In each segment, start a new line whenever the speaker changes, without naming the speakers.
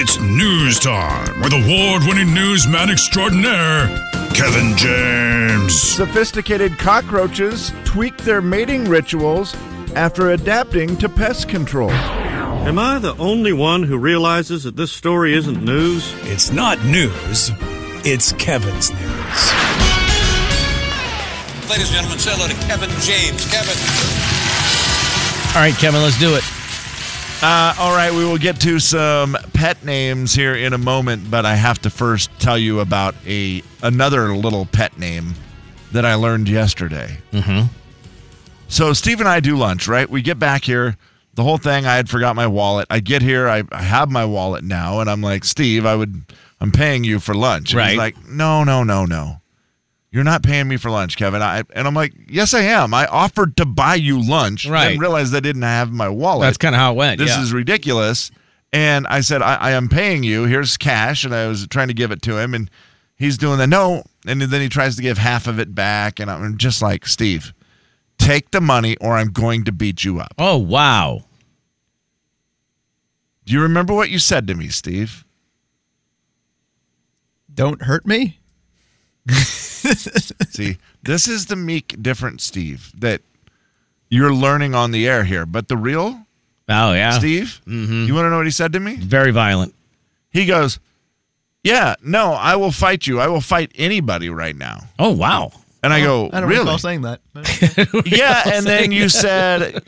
It's news time with award winning newsman extraordinaire, Kevin James.
Sophisticated cockroaches tweak their mating rituals after adapting to pest control.
Am I the only one who realizes that this story isn't news?
It's not news, it's Kevin's news.
Ladies and gentlemen, say hello to Kevin James. Kevin.
All right, Kevin, let's do it.
Uh, all right, we will get to some pet names here in a moment, but I have to first tell you about a another little pet name that I learned yesterday. Mm-hmm. So Steve and I do lunch, right? We get back here. The whole thing, I had forgot my wallet. I get here, I, I have my wallet now, and I'm like, Steve, I would, I'm paying you for lunch. And
Right.
He's like, No, no, no, no. You're not paying me for lunch, Kevin. I, and I'm like, Yes, I am. I offered to buy you lunch.
Right.
And realized I didn't have my wallet
That's kind of how it went.
this
yeah.
is ridiculous. And I said, I, I am paying you. Here's cash. And I was trying to give it to him. And he's doing the no. And then he tries to give half of it back. And I'm just like, Steve, take the money or I'm going to beat you up.
oh, wow.
Do you remember what you said to me, Steve?
Don't hurt me.
See, this is the meek, different Steve that you're learning on the air here. But the real
Oh, yeah. Mm-hmm.
Steve, you want to know what he said to me?
Very violent.
He goes, Yeah, no, I will fight you. I will fight anybody right now.
Oh, wow.
And I
Oh,
go,
I don't
Really?
recall saying that.
yeah and then you said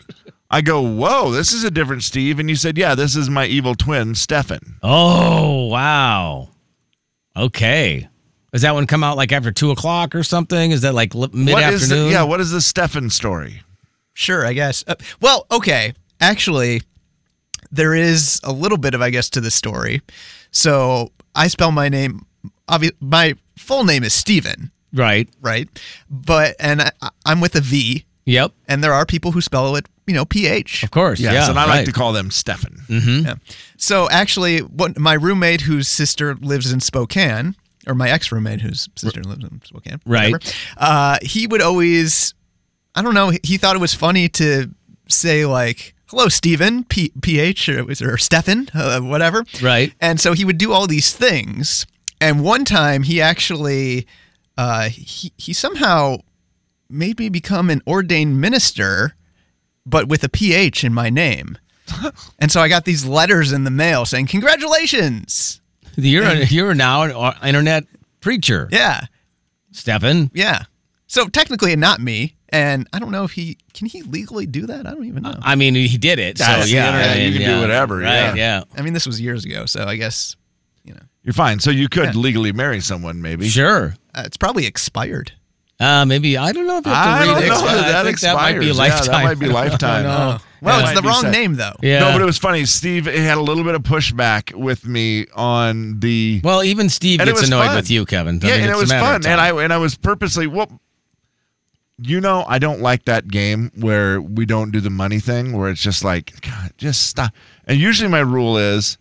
i go whoa this is a different steve and you said yeah this is my evil twin stefan
Oh, wow. Okay. Does that one come out like after two o'clock or something? Is that like mid
what is the,
afternoon?
yeah what is the stefan story
Sure, I guess. Uh, well, okay. Actually, there is a little bit of, I guess, to the story. So I spell my name. Obvi- my full name is Steven,
Right.
right? But and I, I'm with a V,
Yep.
and there are people who spell it, you know, PH.
Of course.
yes
yeah.
and i
right. Mm-hmm.
like to call them stefan
Yeah. So actually, what my roommate whose sister lives in Spokane, or my ex roommate whose sister lives in Spokane,
Right.
whatever, uh, he would always, I don't know, he thought it was funny to say like, "Hello, Stephen," P- PH or, it was- or Stefan, uh, whatever.
Right.
And so he would do all these things. And one time, he actually, uh, he he somehow made me become an ordained minister, but with a PH in my name. And so I got these letters in the mail saying, Congratulations.
You're a, you're now an uh, internet preacher,
Yeah.
Stefan.
Yeah. So technically, not me. And I don't know if he can he legally do that? I don't even know.
I mean, he did it. So
That's the
yeah,
internet.
I mean,
You can do
yeah.
whatever,
Right.
yeah.
Yeah.
I mean, this was years ago. So I guess, you know,
you're fine so you could legally marry someone maybe
Sure.
uh, it's probably expired.
Uh, maybe I don't know if you have to
I
read
don't
it.
know
I
that, that
think
expires.
That might be
Yeah,
a lifetime.
that might be lifetime.
Oh. Well,
That
it's the
might be
wrong
sad.
name, though.
Yeah.
No, but it was funny. Steve had a little bit of pushback with me on the
Well, even Steve
And it
gets
was
annoyed
fun.
with you, Kevin. I
yeah,
mean,
and it
it's a
was
matter of
fun, and
time.
I and I was purposely well. You know, I don't like that game where we don't do the money thing, where it's just like, God, just stop. And usually, my rule is,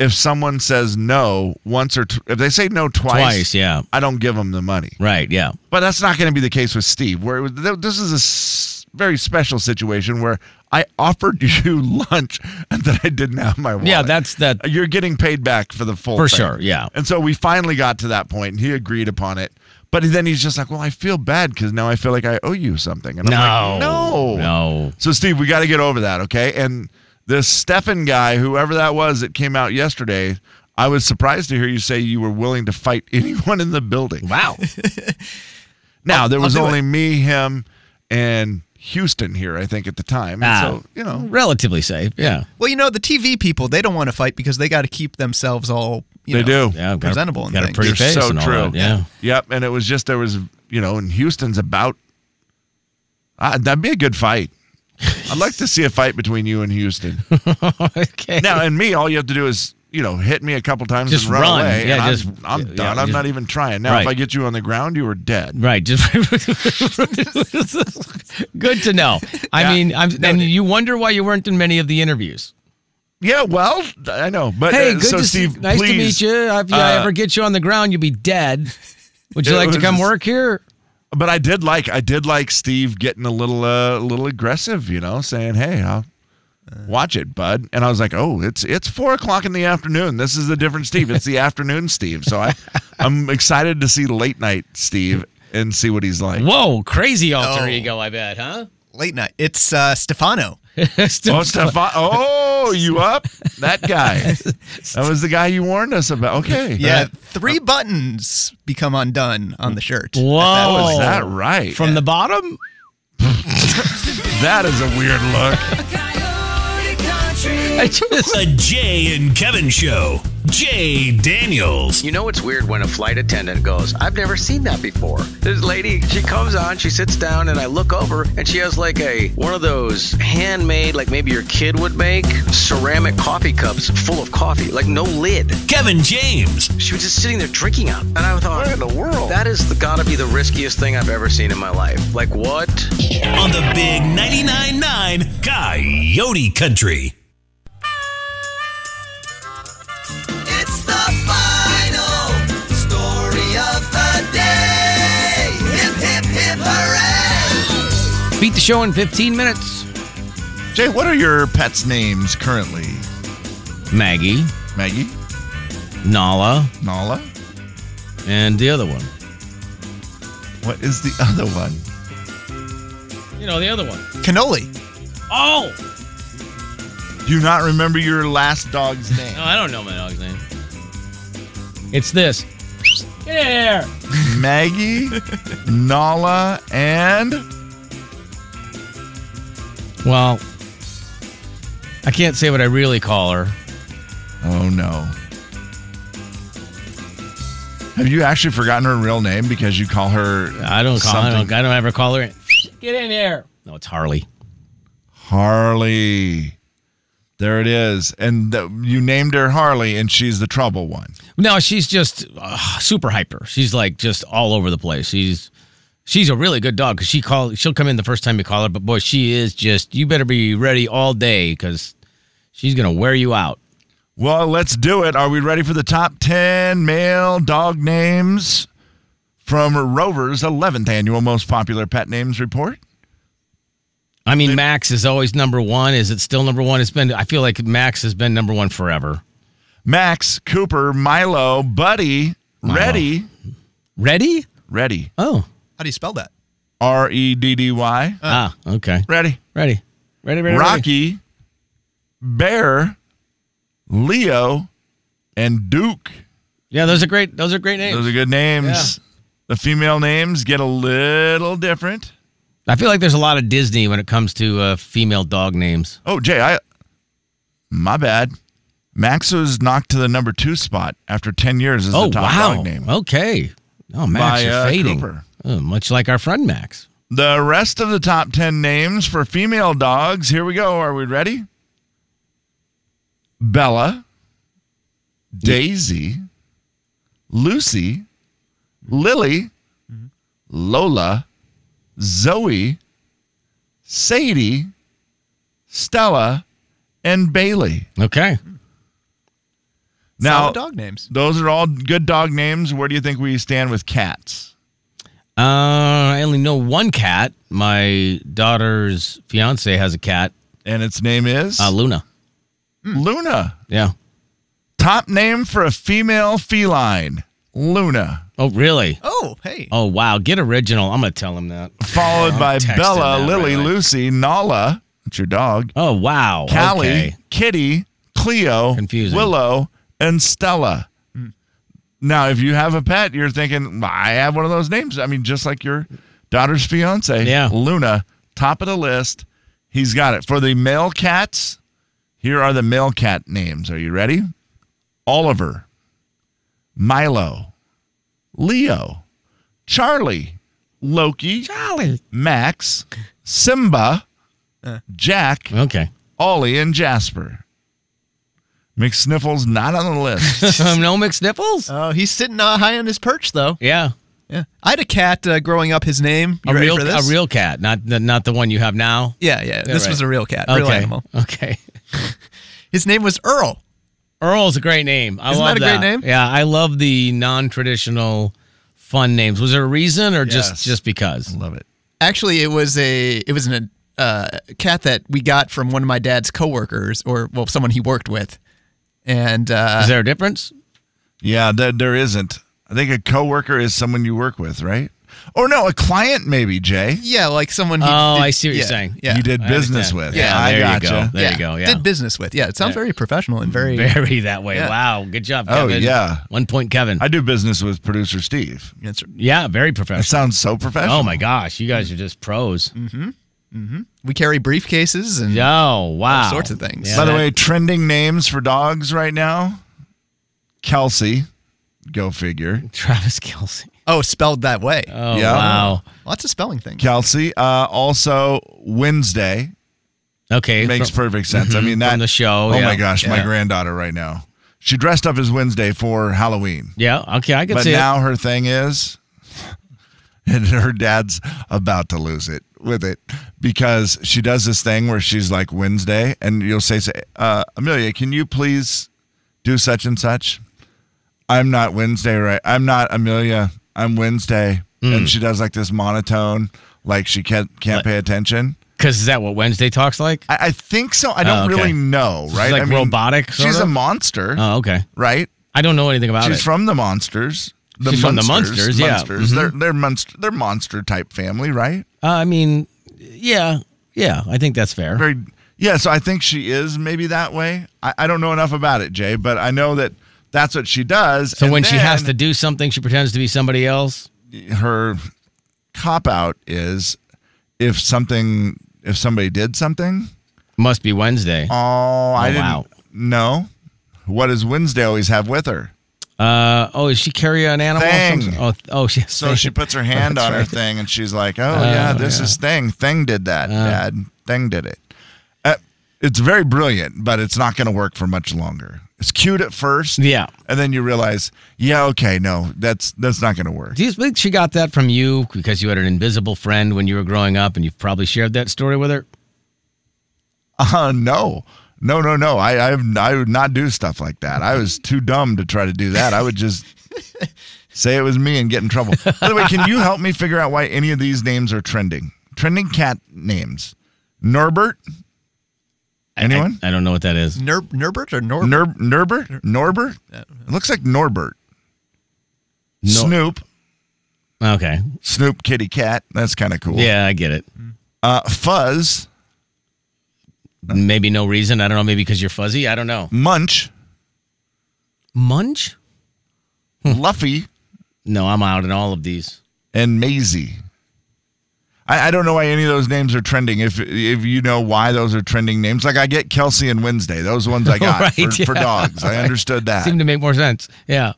if someone says no once or t- if they say no twice,
Twice, yeah.
I don't give them the money.
Right. Yeah.
But that's not going to be the case with Steve. Where it was, th- this is a s- very special situation where I offered you lunch and that I didn't have my wallet.
Yeah. That's that.
You're getting paid back for the full
For
thing.
sure, yeah.
And so we finally got to that point, and he agreed upon it. But then he's just like, "Well, I feel bad because now I feel like I owe you something." And I'm like, "No,
no. No.
So Steve, we got to get over that, okay? And this Stefan guy, whoever that was, that came out yesterday. I was surprised to hear you say you were willing to fight anyone in the building.
Wow.
Now there was
do
only me, him, and Houston here, I think, at the time. And
Ah.
so you know,
Relatively safe. Yeah.
Well, you know, the TV people, they don't want to fight because they got to keep themselves all, you
They
know,
do.
Yeah. got a-
presentable and
Got a
things.
pretty
You're
face.
so
and all
true.
that, Yeah.
Yep, and it was just there was you know, and Houston's about. Uh, that'd be a good fight. I'd like to see a fight between you and Houston.
okay.
Now and me, all you have to do is you know hit me a couple times
Just
and run,
run.
away.
Yeah,
and I'm-
just-
I'm,
yeah,
done. I'm
just-
not even trying. Now
Right.
if I get you on the ground, you are dead.
Right. Just good to know. I
Yeah.
mean, I'm, and you wonder why you weren't in many of the interviews.
Yeah, well, I know, but
Hey,
uh,
good
so
to
Steve,
see. Nice to
please,
meet you. If I
uh,
ever get you on the ground, you'll be dead. Would you
It
like to
was-
come work here?
but I did like I did like Steve getting a little uh, a little aggressive, you know, saying, "Hey, I'll Watch it, bud. And I was like, oh, it's it's four o'clock in the afternoon. This is a different Steve. It's the afternoon Steve. So I, I'm excited to see late night Steve and see what he's like.
Whoa, crazy alter
Oh.
ego, I bet, huh?
Late night. It's uh, Stefano.
Oh, Stefan. Oh, you up? That guy. That was the guy you warned us about. Okay.
Yeah, three
Oh.
buttons become undone on the shirt.
Whoa.
Oh, is that right?
From the bottom?
that is a weird look.
I just-
The Jay and Kevin Show. Jay Daniels.
You know it's weird when a flight attendant goes, I've never seen that before. This lady, she comes on, she sits down, and I look over, and she has like a one of those handmade, like maybe your kid would make, ceramic coffee cups full of coffee, like no lid.
Kevin James.
She was just sitting there drinking out, and I thought, what in the world? That is the, gotta be the riskiest thing I've ever seen in my life. Like what?
on the big 99.9 9 Coyote Country.
It's the final story of the day. Hip, hip, hip, hooray!
beat the show in 15 minutes.
Jay, what are your pets' names currently?
Maggie,
Maggie,
Nala,
Nala.
and the other one.
What is the other one?
You know, the other one.
Cannoli.
Oh!
Do you not remember your last dog's
No,
name?
I don't know my dog's name. It's this. Get in here!
Maggie, Nala, and
Well, I can't say what I really call her.
oh no. Have you actually forgotten her real name because you call her?
I don't call. I don't,
something?
I don't ever call her. Get in here. No, it's Harley.
Harley. There it is, and th- you named her Harley, and she's the trouble one.
No, she's just uh, super hyper. She's like just all over the place. She's she's a really good dog because she call she'll come in the first time you call her, but boy, she is just you better be ready all day because she's gonna wear you out.
Well, let's do it. Are we ready for the top 10 male dog names from Rover's 11th annual most popular pet names report?
I mean, Max is always number one. Is it still number one? It's been. I feel like Max has been number one forever.
Max, Cooper, Milo, Buddy, Reddy,
Ready?
Reddy,
Oh,
How do you spell that?
R E D D Y,
ah, okay.
Reddy,
Ready, ready, ready. ready.
Rocky, Bear, Leo, and Duke.
Yeah, those are great. Those are great names.
Those are good names. The female names get a little different.
I feel like there's a lot of Disney when it comes to uh, female dog names.
Oh, Jay, I my bad. Max was knocked to the number two spot after ten years as
oh
the top
wow.
dog name.
Okay. Oh, Max
By,
you're
uh,
fading.
Cooper.
Oh, much like our friend Max.
The rest of the top ten names for female dogs. Here we go. Are we ready? Bella, Daisy, Lucy, Lily, Lola, Zoe, Sadie, Stella, and Bailey.
Okay.
Now,
Solid dog names.
Those are all good dog names. Where do you think we stand with cats?
Uh, I only know one cat. My daughter's fiance has a cat,
And its name is
uh, Luna.
Luna.
Yeah.
Top name for a female feline, Luna.
Oh, really?
Oh, hey.
Oh, wow. Get original. I'm going to tell him that.
Followed by
texting
Bella,
that
Lily,
right away.
Lucy, Nala. That's your dog.
Oh, wow.
Callie,
Okay.
Kitty, Cleo,
Confusing.
Willow, and Stella. Now, if you have a pet, you're thinking, I have one of those names. I mean, just like your daughter's fiance,
Yeah.
Luna, top of the list. He's got it. For the male cats, here are the male cat names. Are you ready? Oliver, Milo, Leo, Charlie, Loki,
Charlie.
Max, Simba, Jack,
Okay.
Ollie and Jasper. McSniffles not on the list.
no mixed nipples?
Oh, he's sitting uh, high on his perch, though.
yeah.
Yeah. I had a cat uh, growing up. His name. You
a
ready
real
for
a
this?
real cat, not the, not the one you have now.
Yeah, yeah. This
right.
was a real cat,
Okay.
real animal.
Okay.
His name was Earl.
Earl's a great name. I
Isn't
love
that a great name?
Yeah, I love the non-traditional fun names. Was there a reason or
Yes.
just just because?
Love it.
Actually, it was a it was an uh, cat that we got from one of my dad's coworkers, or well, someone he worked with, and uh,
Is there a difference?
Yeah, there, there isn't. I think a coworker is someone you work with, right? Or no, a client maybe, Jay.
yeah, like someone. He
Oh,
did-
I see what you're
yeah,
saying.
Yeah,
You did
I
business
understand.
with.
Yeah,
I
there you
gotcha.
go. There you go. Yeah.
did business with. Yeah, it sounds very professional and very.
Very that way. Wow. Good job,
Oh,
Kevin.
yeah.
One point, Kevin.
I do business with producer Steve.
That's-
yeah, very
That
professional.
sounds so professional.
Oh my gosh, you guys are just pros.
Mm-hmm. we carry briefcases and
Oh wow,
all sorts of things.
Yeah,
By the
that-
way, trending names for dogs right now Kelsey, go figure.
Travis Kelsey.
oh, spelled that way.
Oh
Yeah.
wow.
Lots of spelling things.
Kelsey, uh, also Wednesday.
Okay,
Makes
from-
perfect sense. I mean, that.
from the show.
Oh
yeah.
my gosh, my
Yeah.
granddaughter right now. She dressed up as Wednesday for Halloween.
Yeah. Okay, I can
But
see
now her thing is, and her dad's about to lose it with it because she does this thing where she's like Wednesday, and you'll say, say uh, Amelia, can you please do such and such? I'm not Wednesday, right? I'm not Amelia. I'm Wednesday,
Hmm.
and she does like this monotone, like she can't can't pay attention.
it because is that what Wednesday talks like?
I, I think so. I don't
Oh, okay.
really know, right?
like
I
robotic, sort
She's a
of?
monster,
Oh okay,
right?
I don't know anything about
She's
it.
from the monsters. The
She's from the Munsters, yeah. Mhm.
They're they're monster they're monster type family, right?
uh, I mean, yeah, yeah, I think that's fair.
Very yeah. So I think she is maybe that way. I, I don't know enough about it, Jay, but I know that that's what she does.
so
And
when she has to
then
do something, she pretends to be somebody else.
her cop out is if something if somebody did something.
Must be Wednesday.
Oh, I didn't
wow.
know. What does Wednesday always have with her?
Uh, oh, does she carry an animal? of
Thing.
some sort? Oh, th- oh, she. has
So she puts her hand on her thing and she's like, "Oh yeah, this is thing. Thing did that, Dad. Thing did it." Uh, it's very brilliant, but it's not going to work for much longer. It's cute at first,
Yeah.
and then you realize, yeah, okay, no, that's that's not going to work.
Do you think she got that from you because you had an invisible friend when you were growing up, and you've probably shared that story with her?
Uh, no, no, no, no. I I, have, I would not do stuff like that. I was too dumb to try to do that. I would just. Say it was me and get in trouble. By the way, can you help me figure out why any of these names are trending? Trending cat names. Norbert,
I- I-
Anyone?
I, don't know what that is.
Ner- Nerbert or Nor?
Nerb, Nerbert? Norbert? It looks like Norbert.
Nor-
Snoop.
Okay.
Snoop Kitty Cat. That's kind of cool.
Yeah, I get it.
Uh, Fuzz.
Maybe no reason. I don't know. Maybe because you're fuzzy. I don't know.
Munch.
Munch? Hmm.
Luffy.
No, I'm out in all of these.
And Maisie. I, I don't know why any of those names are trending. If if you know why those are trending names, like I get Kelsey and Wednesday. Those ones I got
Right,
for, for
yeah.
dogs. I understood that.
Seem to make more sense. Yeah.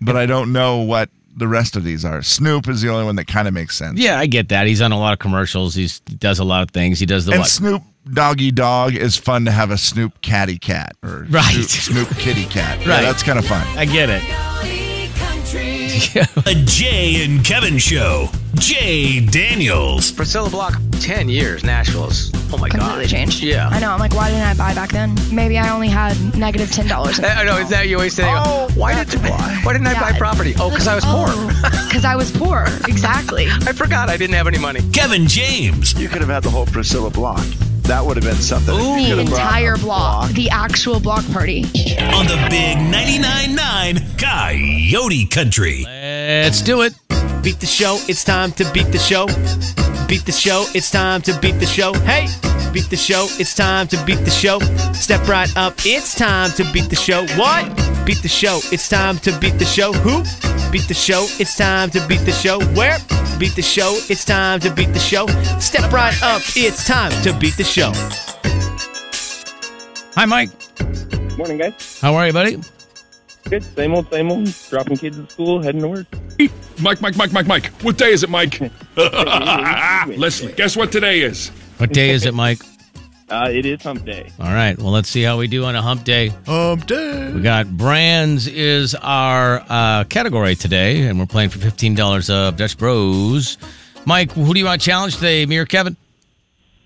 but I don't know what the rest of these are. Snoop is the only one that kind of makes sense.
Yeah, I get that. He's on a lot of commercials. He's, he does a lot of things. He does the
and
what?
Snoop Doggy Dog is fun to have a Snoop Catty Cat or
Right.
Snoop, Snoop Kitty Cat. Yeah,
Right.
that's kind of fun.
I get it.
A Jay and Kevin show. Jay Daniels.
Priscilla Block, 10 years, Nashville's. Oh my
completely
gosh.
changed.
Yeah.
I know. I'm like, why didn't I buy back then? Maybe I only had negative ten dollars.
I know, it's now you always say, oh, why, did, why didn't I buy property? Oh, because I was poor.
Because I was poor. Exactly.
I forgot I didn't have any money.
Kevin James.
You could have had the whole Priscilla block. That would have been something.
the entire block, the actual block party.
on the big 99.9 9 Coyote Country.
Let's do it.
Beat the show, it's time to beat the show. Beat the show, it's time to beat the show. Hey! Beat the show, it's time to beat the show. Step right up, it's time to beat the show. What? Beat the show, it's time to beat the show. Who? Beat the show, it's time to beat the show. Where? Beat the show, it's time to beat the show. Step right up, it's time to beat the show.
Hi, Mike.
Morning, guys.
How are you, buddy?
Good. Same old, same old. Dropping kids at school, heading to work.
Mike, Mike, Mike, Mike, Mike. What day is it, Mike? Leslie, guess what today is?
What day is it, Mike?
Uh, it is hump day.
All right. Well, let's see how we do on a hump day.
Um, duh.
We got brands is our uh, category today, and we're playing for fifteen dollars of Dutch Bros. Mike, who do you want to challenge today? Me or Kevin?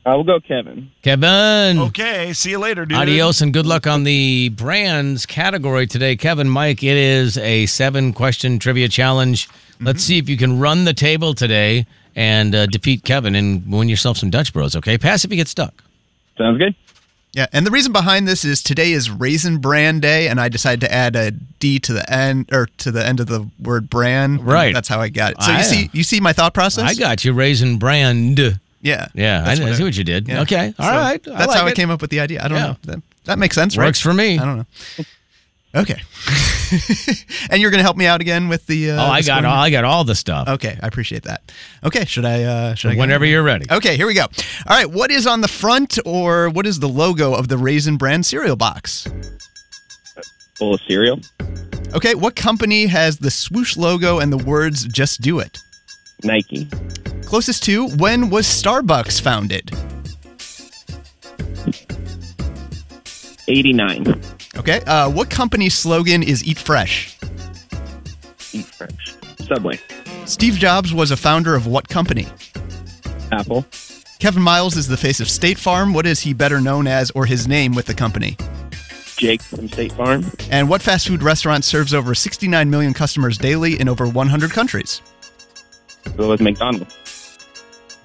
Uh, we'll go Kevin.
Kevin.
Okay, see you later, dude.
Adios and good luck on the brands category today, Kevin. Mike,
Mm-hmm.
it is a seven question trivia challenge. Let's see if you can run the table today and uh, defeat Kevin and win yourself some Dutch Bros. Okay, pass if you get stuck.
Sounds good.
Yeah, and the reason behind this is today is Raisin Bran Day, and I decided to add a D to the end or to the end of the word bran. and
Right.
That's how I got it. So
I- uh,
you see, you see my thought process.
I got you, raisin brand.
Yeah.
Yeah, I,
That's
I
what I-
see what you did.
Yeah.
Okay, all
So
right.
That's how I came up with the idea. I don't
Yeah.
know. That, that makes sense, right?
Works for me.
I don't know. Okay. and you're gonna help me out again with the. Uh,
Oh, I
the
got
scoring?
all, I got all the stuff.
Okay, I appreciate that. Okay, should I? Uh, should Oh, I? go?
Whenever you're ready.
Okay, here we go. All right, what is on the front or what is the logo of the Raisin Bran cereal box?
Full of cereal.
Okay, what company has the swoosh logo and the words "Just Do It"?
Nike.
Closest to when was Starbucks founded?
89.
Okay, uh, what company's slogan is "Eat Fresh"?
Eat French. Subway.
Steve Jobs was a founder of what company?
Apple.
Kevin Miles is the face of State Farm. What is he better known as or his name with the company?
Jake from State Farm.
And what fast food restaurant serves over 69 million customers daily in over 100 countries?
Go with McDonald's.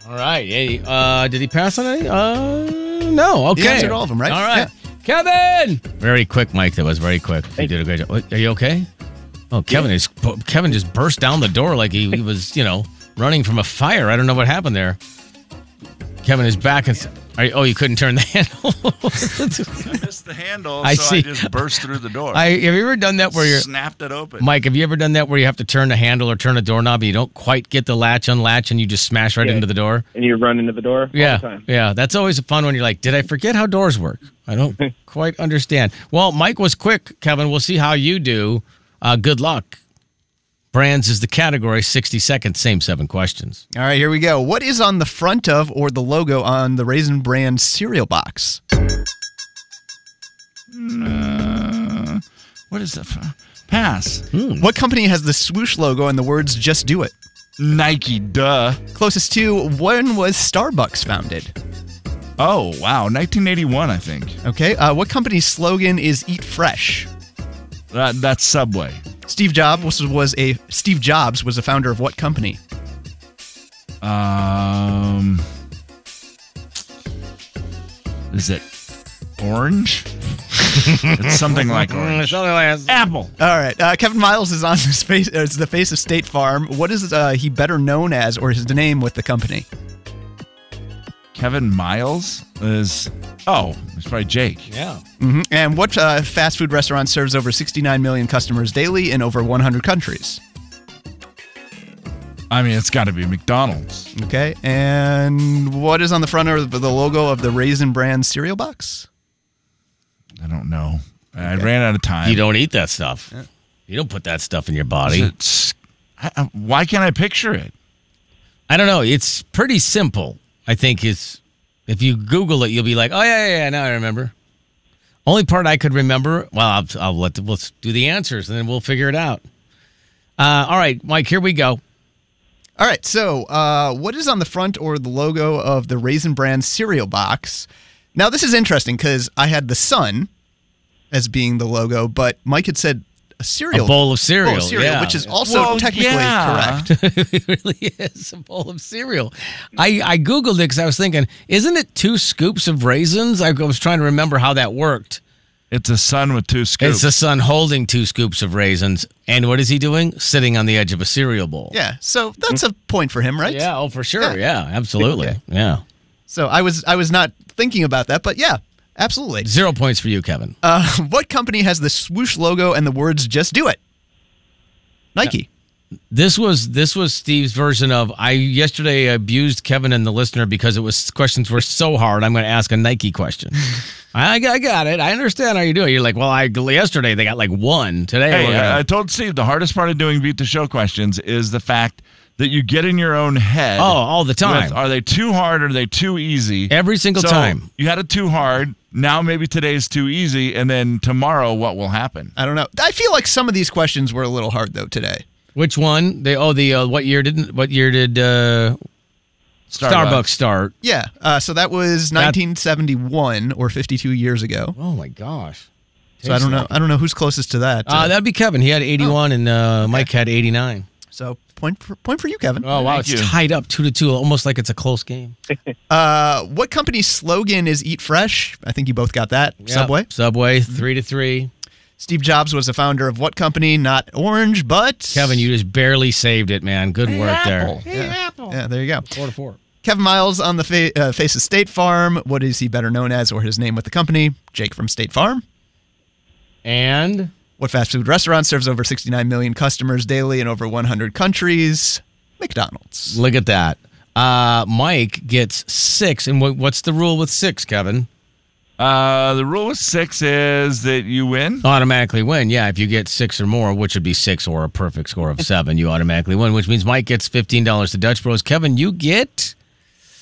All right. Hey, uh, did he pass on any? Uh, no. Okay.
He answered all of them, right?
All right. Kevin. Very quick, Mike. That was very quick. You did a great job. What, Are you okay? Oh, Kevin is. Kevin just burst down the door like he, he was, you know, running from a fire. I don't know what happened there. Kevin is back and. Are you, oh, you couldn't turn the handle.
I missed the handle,
I
so
see.
I just burst through the door.
I have you ever done that where you're
snapped it open.
Mike, have you ever done that where you have to turn a handle or turn a doorknob and you don't quite get the latch unlatch and you just smash right
Yeah.
into the door?
And you run into the door all
Yeah.
the time.
Yeah. That's always a fun one. You're like, did I forget how doors work? I don't quite understand. Well, Mike was quick, Kevin. We'll see how you do. Uh, good luck. Brands is the category, 60 seconds, same seven questions.
All right, here we go. What is on the front of or the logo on the Raisin Bran cereal box?
Uh, what is that? For? Pass.
Hmm.
What company has the swoosh logo and the words "Just Do It"?
Nike, duh.
Closest to when was Starbucks founded?
Oh, wow. 1981, I think.
Okay. Uh, what company's slogan is "Eat Fresh"?
That, that's Subway.
Steve Jobs was, was a Steve Jobs was a founder of what company?
Um, is it orange? Mm, it's something like orange. Apple.
All right. Uh, Kevin Miles is on this face. uh, Is the face of State Farm. What is uh, he better known as, or his name with the company?
Kevin Miles is. Oh, it's probably Jake.
Yeah.
hmm And what uh, fast food restaurant serves over 69 million customers daily in over 100 countries?
I mean, it's got to be McDonald's.
Okay. And what is on the front of the logo of the Raisin Bran cereal box?
I don't know. I ran out of time.
You don't eat that stuff. You don't put that stuff in your
Is
body.
it s- I- I- why can't I picture it?
I don't know. It's pretty simple. I think it's if you Google it, you'll be like, oh yeah, yeah, yeah. Now I remember. Only part I could remember. Well, I'll, I'll let the, let's do the answers and then we'll figure it out. Uh, all right, Mike. Here we go.
All right. So, uh, what is on the front or the logo of the Raisin Bran cereal box? Now, this is interesting because I had the sun as being the logo, but Mike had said a cereal.
A bowl of cereal.
bowl of cereal,
yeah.
which is also
Well,
technically
yeah.
correct.
it really is a bowl of cereal. I, I Googled it because I was thinking, isn't it two scoops of raisins? I was trying to remember how that worked.
It's a sun with two
It's
scoops.
the son holding two scoops of raisins. And what is he doing? Sitting on the edge of a cereal bowl.
Yeah. So that's a point for him, right?
Mm. Yeah, oh, for sure. Yeah, absolutely.
Okay.
Yeah.
So I was I was not thinking about that, but yeah, absolutely.
Zero points for you, Kevin.
Uh, what company has the swoosh logo and the words "Just Do It"? Nike.
this was this was Steve's version of I yesterday abused Kevin and the listener because it was questions were so hard. I'm going to ask a Nike question. I, I got it. I understand how you do it. You're like, well, I yesterday they got like one. Today,
hey,
we're gonna-
I, I told Steve the hardest part of doing beat the show questions is the fact that you get in your own head.
oh, all the time.
with, are they too hard? Are they too easy?
Every single
So,
time.
You had it too hard. Now maybe today's too easy, and then tomorrow what will happen?
I don't know. I feel like some of these questions were a little hard though today.
Which one? They oh the uh, what year didn't what year did uh, Starbucks. start?
Yeah. Uh, so that was 1971 or 52 years ago.
Oh my gosh.
So I don't know. I don't know who's closest to that.
Uh, that'd be Kevin. He had 81 and uh, Mike had 89.
so Point for, point for you, Kevin.
Oh wow, it's tied up two to two, almost like it's a close game.
Uh, what company's slogan is "Eat Fresh"? I think you both got that.
Yep.
Subway.
Subway, three to three.
Steve Jobs was the founder of what company? Not Orange, but
Kevin, you just barely saved it, man. Good work there.
yeah. Yeah, there you go.
Four to four.
Kevin Miles on the fa- uh, face of State Farm. What is he better known as, or his name with the company? Jake from State Farm.
And
what fast food restaurant serves over 69 million customers daily in over 100 countries? McDonald's.
Look at that. Uh, Mike gets six. And what, what's the rule with six, Kevin?
Uh, the rule with six is that you win.
Automatically win. Yeah, if you get six or more, which would be six or a perfect score of seven, you automatically win, which means Mike gets $15 to Dutch Bros. Kevin, you get.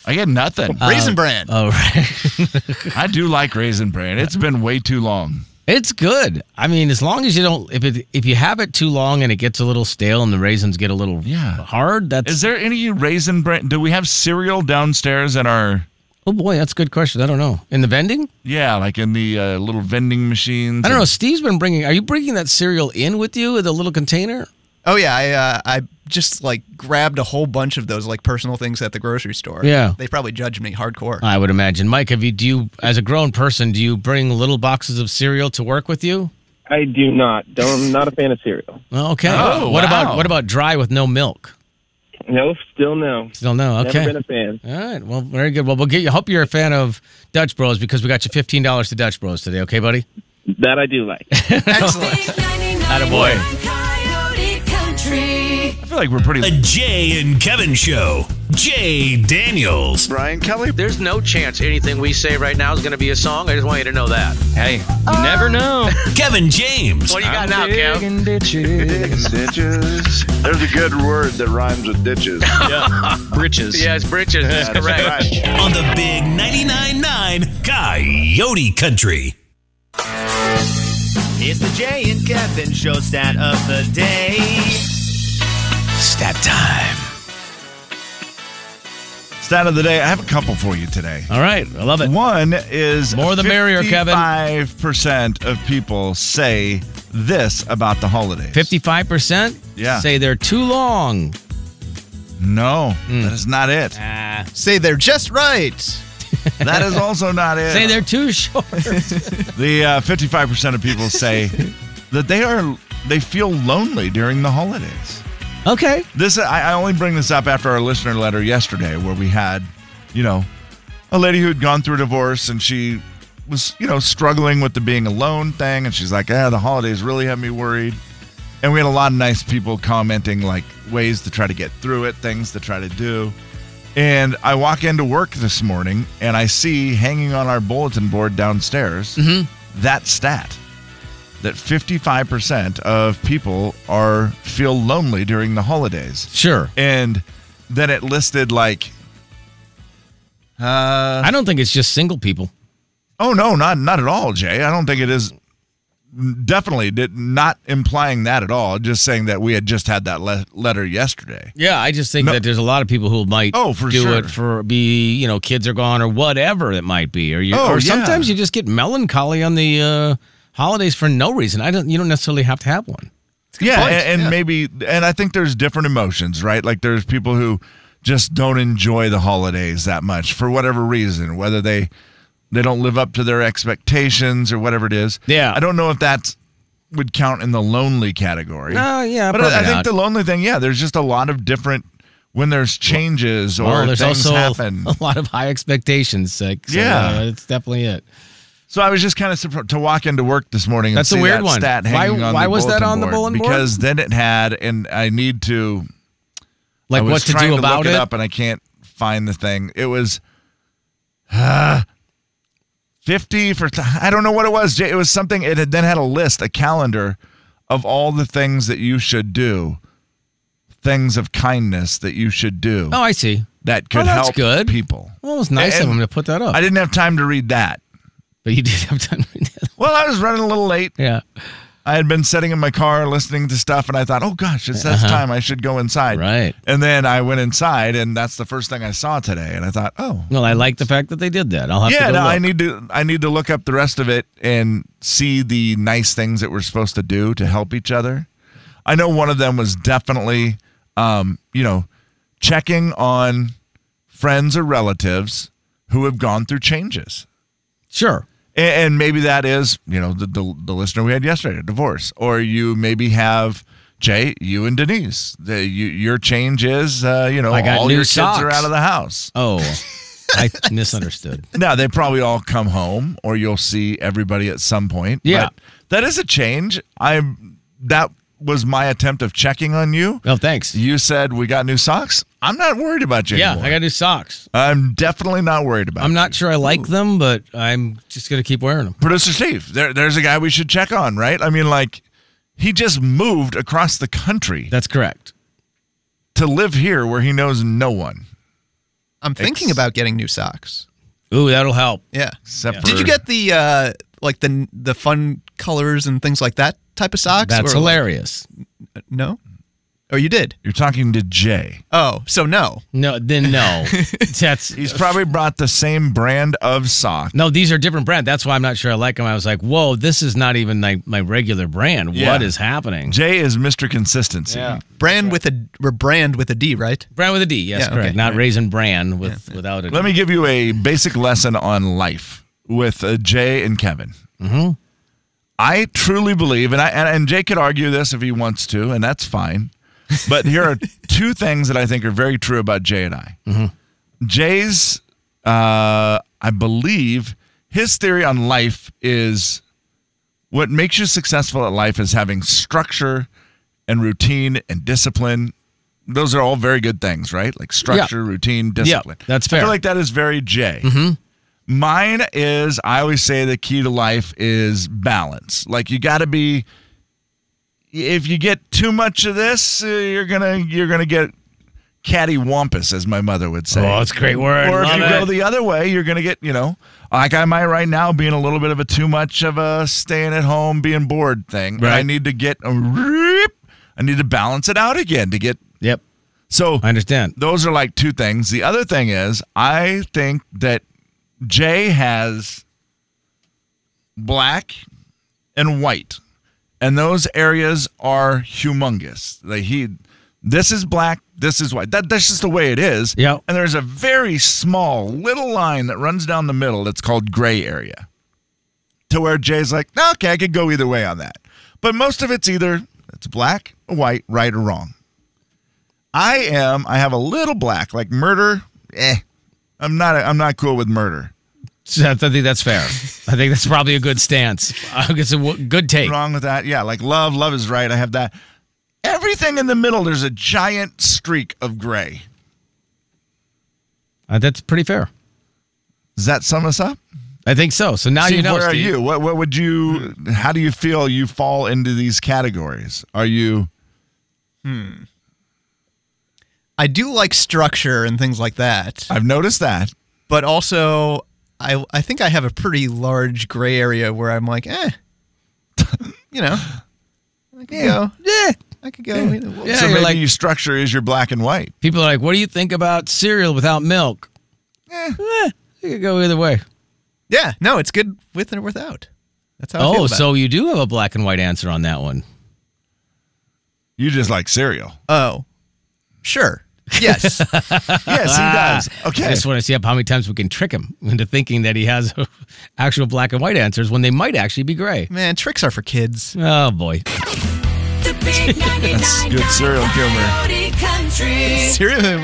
I get nothing.
Raisin Bran.
Oh, right.
I do like Raisin Bran. It's been way too long.
It's good. I mean, as long as you don't, if it if you have it too long and it gets a little stale and the raisins get a little
Yeah.
hard, that's
Is there any Raisin Bran? Do we have cereal downstairs in our?
oh boy, that's a good question. I don't know. In the vending,
Yeah, like in the uh, little vending machines.
I don't know. Steve's been bringing. Are you bringing that cereal in with you in a little container?
Oh yeah, I uh, I just like grabbed a whole bunch of those like personal things at the grocery store.
Yeah. Uh,
they probably judged me hardcore.
I would imagine, Mike. Have you do you as a grown person do you bring little boxes of cereal to work with you?
I do not. Don't, I'm not a fan of cereal.
Well, okay.
Oh,
what
wow.
about what about dry with no milk?
No, still no.
Still no. Okay.
Never been a fan.
All right. Well, very good. Well, we'll get you. Hope you're a fan of Dutch Bros because we got you fifteen dollars to Dutch Bros today. Okay, buddy.
That I do like.
Excellent.
boy.
Coyote Country.
I feel like we're pretty.
The Jay and Kevin Show. Jay Daniels.
Brian Kelly.
There's no chance anything we say right now is going to be a song. I just want you to know that.
Hey, you never know.
Kevin James.
What do you got now, Kev?
ditches.
Ditches. There's a good word that rhymes with ditches.
Britches.
Yes, britches. That's
That's
correct.
right.
On the big 99.9 9 Coyote Country.
It's the Jay and Kevin show stat of the day.
Stat time.
Stat of the day. I have a couple for you today.
All right. I love it.
One is
More the merrier, Kevin.
Five percent of people say this about the holidays.
Fifty-five percent.
Yeah.
Say they're too long.
No,
Hmm.
that is not it.
Ah.
Say they're just right.
That is also not it.
Say they're too short.
The uh, fifty-five percent of people say that they are they feel lonely during the holidays.
okay.
This I, I only bring this up after our listener letter yesterday, where we had, you know, a lady who had gone through a divorce and she was, you know, struggling with the being alone thing, and she's like, "Ah, the holidays really have me worried." And we had a lot of nice people commenting like ways to try to get through it, things to try to do. And I walk into work this morning and I see hanging on our bulletin board downstairs that stat that 55% of people are feel lonely during the holidays
Sure.
and then it listed like Uh,
I don't think it's just single people.
oh no not not at all jay i don't think it is definitely did not implying that at all just saying that we had just had that le- letter yesterday
Yeah, I just think
No.
that there's a lot of people who might
Oh, for
do
sure.
it for be you know kids are gone or whatever it might be or you
Oh,
or
yeah.
sometimes you just get melancholy on the uh, holidays for no reason. I don't you don't necessarily have to have one.
yeah
point,
and, and
yeah.
maybe and i think there's different emotions right like there's people who just don't enjoy the holidays that much for whatever reason whether they they don't live up to their expectations or whatever it is
Yeah.
i don't know if that's would count in the lonely category
Oh yeah,
But I, I think the lonely thing, yeah, there's just a lot of different when there's changes or
well, there's
things
also
happen.
a lot of high expectations. Like, so,
Yeah.
uh, it's definitely it.
So I was just kind of surprised to walk into work this morning. And
That's a
see
weird
that
one.
Stat
Why-
hanging on
why
the
was that on the bulletin board?
Because then it had, and I need to I
Like
was
what to
trying
do about
look it,
it.
up, and I can't find the thing. It was. Uh, 50 for I don't know what it was. Jay. It was something it had then had a list, a calendar of all the things that you should do. Things of kindness that you should do.
Oh, I see.
that could
Oh, that's
help
good.
people.
Well, it was nice
And
of him to put that up.
I didn't have time to read that.
but you did have time.
Well, I was running a little late.
yeah.
I had been sitting in my car listening to stuff, and I thought, oh gosh, it's that time. I should go inside.
Uh-huh. Right.
And then I went inside, and that's the first thing I saw today. And I thought, oh,
Well, I like the fact that they did that. I'll have
yeah,
to go
no,
look.
I need to I need to look up the rest of it and see the nice things that we're supposed to do to help each other. I know one of them was definitely um, you know, checking on friends or relatives who have gone through changes.
Sure.
And, and maybe that is, you know, the, the, the listener we had yesterday, a divorce. Or you maybe have, Jay, you and Denise, the, you, your change is, uh, you know,
I got
all
new
your
socks.
kids are out of the house.
Oh, I misunderstood.
Now they probably all come home, or you'll see everybody at some point.
Yeah.
But that is a change. I'm that was my attempt of checking on you.
Oh, thanks.
You said we got new socks. I'm not worried about you.
yeah,
anymore.
I got new socks.
I'm definitely not worried about.
I'm not sure I like them, but I'm just gonna keep wearing them.
Producer Steve, there, there's a guy we should check on, right? I mean, like, he just moved across the country.
That's correct.
To live here where he knows no one.
I'm thinking about getting new socks.
Ooh, that'll help.
Yeah.
Except
Did
for-
you get the uh like the the fun colors and things like that type of socks?
That's
or-
hilarious.
No. Oh, you did.
You're talking to Jay.
Oh, so no.
No, then no. That's
He's probably brought the same brand of sock.
no. These are different brand. That's why I'm not sure I like them. I was like, whoa, this is not even like my regular brand.
Yeah.
What is happening?
Jay is Mr. Consistency.
Oh,
Brand with a or brand with a D, right?
Brand with a D. Yes,
Yeah,
correct.
okay.
Not raisin bran with without a D.
Let me give you a basic lesson on life with uh, Jay and Kevin.
Mm-hmm.
I truly believe, and I and, and Jay could argue this if he wants to, and that's fine. But here are two things that I think are very true about Jay and I.
Mm-hmm.
Jay's, uh, I believe, his theory on life is what makes you successful at life is having structure and routine and discipline. Those are all very good things, right? Like structure, routine, discipline.
that's
I
fair. Mm-hmm.
feel like that is very Jay. Mine is, I always say the key to life is balance. Like you got to be, if you get too much of this, uh, you're gonna you're gonna get cattywampus, as my mother would say.
Oh, that's a great word.
Or if
Love
you go
it.
the other way, you're gonna get you know, like I might right now being a little bit of a too much of a staying at home, being bored thing. And I
Right.
need to get a rip. I need to balance it out again to get
Yep.
so
I understand.
those are like two things. The other thing is, I think that Jay has black and white, and those areas are humongous. Like he, this is black, this is white. That that's just the way it is.
Yep.
And there's a very small little line that runs down the middle that's called gray area, to where Jay's like, okay, I could go either way on that, but most of it's either it's black, or white, right or wrong. I am. I have a little black, like murder. Eh, I'm not. I'm not cool with murder.
So I think that's fair. I think that's probably a good stance. I think It's a w- good take.
Wrong with that? Yeah, like love. Love is right. I have that. Everything in the middle, there's a giant streak of gray.
Uh, that's pretty fair.
Does that sum us up?
I think so. So now
Steve,
you know.
where
Steve.
are you? What? What would you? How do you feel? You fall into these categories? Are you?
I do like structure and things like that,
I've noticed that.
but also I I think I have a pretty large gray area where I'm like, eh, you know, I could go,
Yeah.
I could go. either- well,
Yeah,
so
you're
maybe
like-
your structure is your black and white.
People are like, what do you think about cereal without milk?
Eh.
Eh, you could go either way.
yeah, no, it's good with or without. That's how. I feel
Oh,
about it.
so you do have a black and white answer on that one.
You just like cereal.
oh, sure, yes,
yes, he does. Okay.
I just want to see up how many times we can trick him into thinking that he has actual black and white answers when they might actually be gray.
man, tricks are for kids.
Oh, boy.
The big 99.9
That's good serial humor.
Coyote Country.
Seriously.